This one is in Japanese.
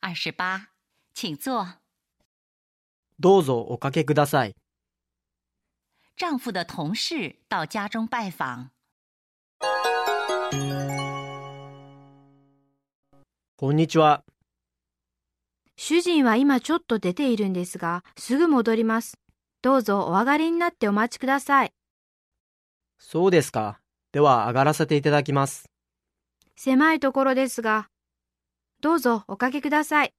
二十八，请坐。どうぞおかけください。丈夫的同事到家中拜访，こんにちは。主人は今ちょっと出ているんですが、すぐ戻ります。どうぞお上がりになってお待ちください。そうですか。では上がらせていただきます。狭いところですが、どうぞおかけください。